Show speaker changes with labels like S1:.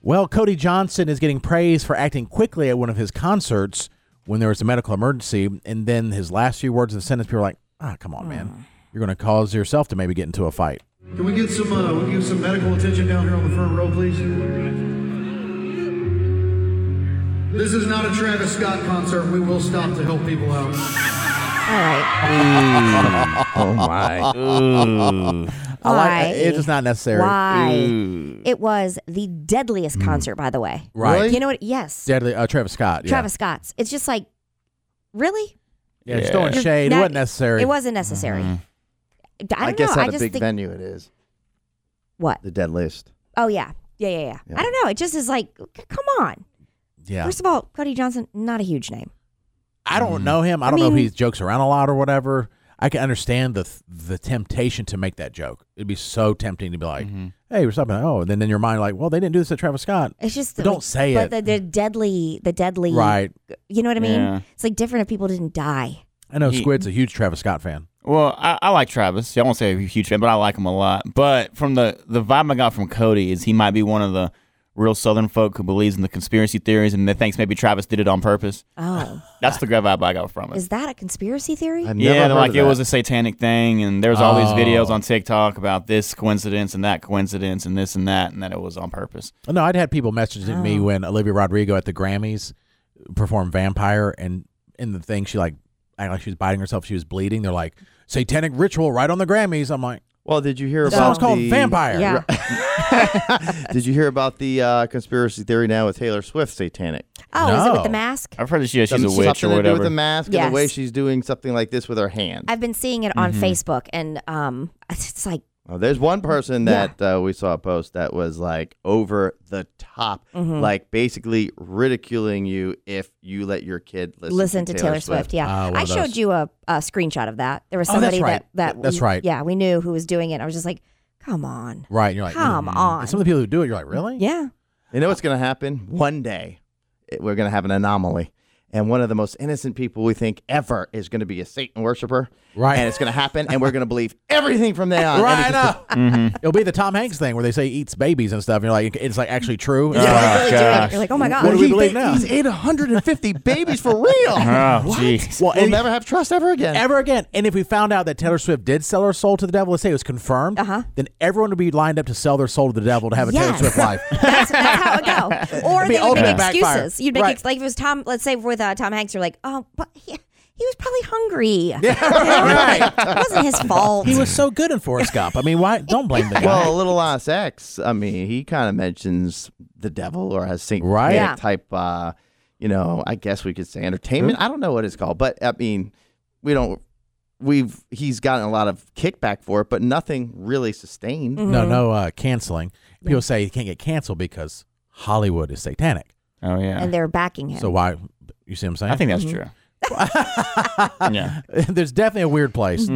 S1: Well, Cody Johnson is getting praised for acting quickly at one of his concerts when there was a medical emergency, and then his last few words of the sentence, people were like, "Ah, come on,
S2: Hmm.
S1: man, you're going to cause yourself to maybe get into a fight."
S3: Can we get some, uh, we give some medical attention down here on the front row, please? This is not a Travis Scott concert. We will stop to help people out.
S2: All right.
S4: Oh my.
S1: I like-
S2: Why?
S1: it's just not Mm. necessary.
S2: Why?
S4: Mm.
S2: It was the deadliest concert, by the way.
S1: Right. Mm. Really?
S2: You know what? Yes.
S1: Deadly, uh, Travis Scott. yeah.
S2: Travis Scott's. It's just like, really?
S1: Yeah, just throwing
S2: You're
S1: shade.
S2: not-
S1: it wasn't necessary.
S2: It wasn't necessary.
S1: Mm-hmm.
S2: I don't
S4: I guess
S2: know.
S4: at
S2: I
S4: a
S2: just
S4: big
S2: think
S4: venue it is.
S2: what?
S4: The dead list.
S2: Oh yeah. yeah, yeah, yeah. I don't know. It just is like, c- come on.
S1: Yeah,
S2: First of all, Cody Johnson, not a huge name.
S1: I don't know him. I don't know if
S2: mean-
S1: he jokes around a lot or whatever. I can understand the the temptation to make that joke. It'd be so tempting to be like, "Hey, we're something." Oh, and then in your mind, like, "Well, they didn't do this to Travis Scott."
S2: It's just
S1: But don't
S2: like-
S1: say
S2: but
S1: it.
S2: the, the deadly, the deadly.
S1: Right.
S2: You know what I mean?
S5: Yeah.
S2: It's like different if people didn't die.
S1: I know
S5: He-
S1: Squid's a huge Travis Scott fan.
S5: Well, I, I like Travis. I won't say I'm a huge fan, but I like him a lot. But from the the vibe I got from Cody is he might be one of the real Southern folk who believes in the conspiracy theories and that thinks maybe Travis did it on purpose.
S2: Oh,
S5: That's the good vibe I got from it.
S2: is that a conspiracy theory?
S4: I've never
S5: yeah,
S4: heard
S5: they're like
S4: of
S5: it
S4: that.
S5: was a satanic thing, and there's all
S1: Oh.
S5: these videos on TikTok about this coincidence and that coincidence and this and that, and that it was on purpose.
S1: No, I'd had people messaging
S4: Oh.
S1: me when Olivia Rodrigo at the Grammys performed "Vampire," and in the thing, she like, acted like she was biting herself. She was bleeding. They're like, "Satanic ritual right on the Grammys." I'm like,
S4: Well, did you hear
S1: "The
S4: about
S1: song's called
S4: the-
S1: Vampire."
S2: Oh. yeah.
S4: Did you hear about the uh, conspiracy theory now with Taylor Swift satanic?
S2: Oh, is it with
S1: No.
S2: the mask?
S5: I've heard that she, she's a
S4: Something-
S5: witch
S4: something to do
S5: or
S4: with
S5: whatever.
S4: the mask and
S2: Yes.
S4: the way she's doing something like this with her hand.
S2: I've been seeing it
S1: Mm-hmm.
S2: on Facebook, and um, it's like
S4: Oh, there's one person that uh, we saw a post that was like over the top,
S2: Mm-hmm.
S4: like basically ridiculing you if you let your kid listen,
S2: listen to Taylor, Swift.
S1: Ah,
S2: Yeah,
S1: one
S2: I
S1: of
S2: showed
S1: those.
S2: you a, a screenshot of that. There was
S1: Oh, that's
S2: somebody
S1: right.
S2: that that
S1: That's right.
S2: Yeah, we knew who was doing it. I was just like, come on,
S1: Right. And you're like,
S2: come
S1: "Mm."
S2: on.
S1: And some of the people who do it, you're like, "Really?"
S2: yeah,
S4: You know what's going to happen? One day, it- we're going to have an anomaly. And one of the most innocent people we think ever is going to be a Satan worshiper.
S1: Right.
S4: And it's going to happen. And we're going to believe everything from then on.
S1: Right. I
S4: Everything- Mm-hmm.
S1: know. It'll be the Tom Hanks thing where they say he eats babies and stuff. And you're like, it's like actually true. It's like,
S2: Really doing it. You're like, oh my
S1: What
S2: god,
S1: do we
S4: He
S1: believe
S4: thinks
S1: now?
S4: He's 850 babies for real.
S5: Oh, jeez.
S1: well,
S4: We'll
S1: and-
S4: never have trust ever again.
S1: ever again. And if we found out that Taylor Swift did sell her soul to the devil, let's say it was confirmed,
S2: Uh-huh.
S1: then everyone would be lined up to sell their soul to the devil to have a Taylor
S2: Yes.
S1: Swift life.
S2: that's, that's how it go. Or
S1: It'd be
S2: they would
S1: ultimate
S2: make
S1: backfire.
S2: excuses. You'd make
S1: Right.
S2: ex- like if it was Tom. Let's say with uh, Tom Hanks, you're like, oh, but he, he was probably hungry.
S1: right.
S2: it wasn't his fault.
S1: He was so good in Forrest Gump. I mean, why? Don't blame the guy.
S4: Well, Little Nas X, I mean, he kind of mentions the devil or has sync
S1: Right.
S2: Yeah.
S4: type, uh, you know, I guess we could say entertainment. I don't know what it's called, but I mean, we don't. We've he's gotten a lot of kickback for it, but nothing really sustained.
S1: no,
S2: Mm-hmm.
S1: no uh, canceling. People say you can't get canceled because Hollywood is satanic.
S5: Oh yeah,
S2: and they're backing him.
S1: So why? You see what I'm saying?
S5: I think that's true. yeah,
S2: Mm-hmm.
S1: There's definitely a weird place.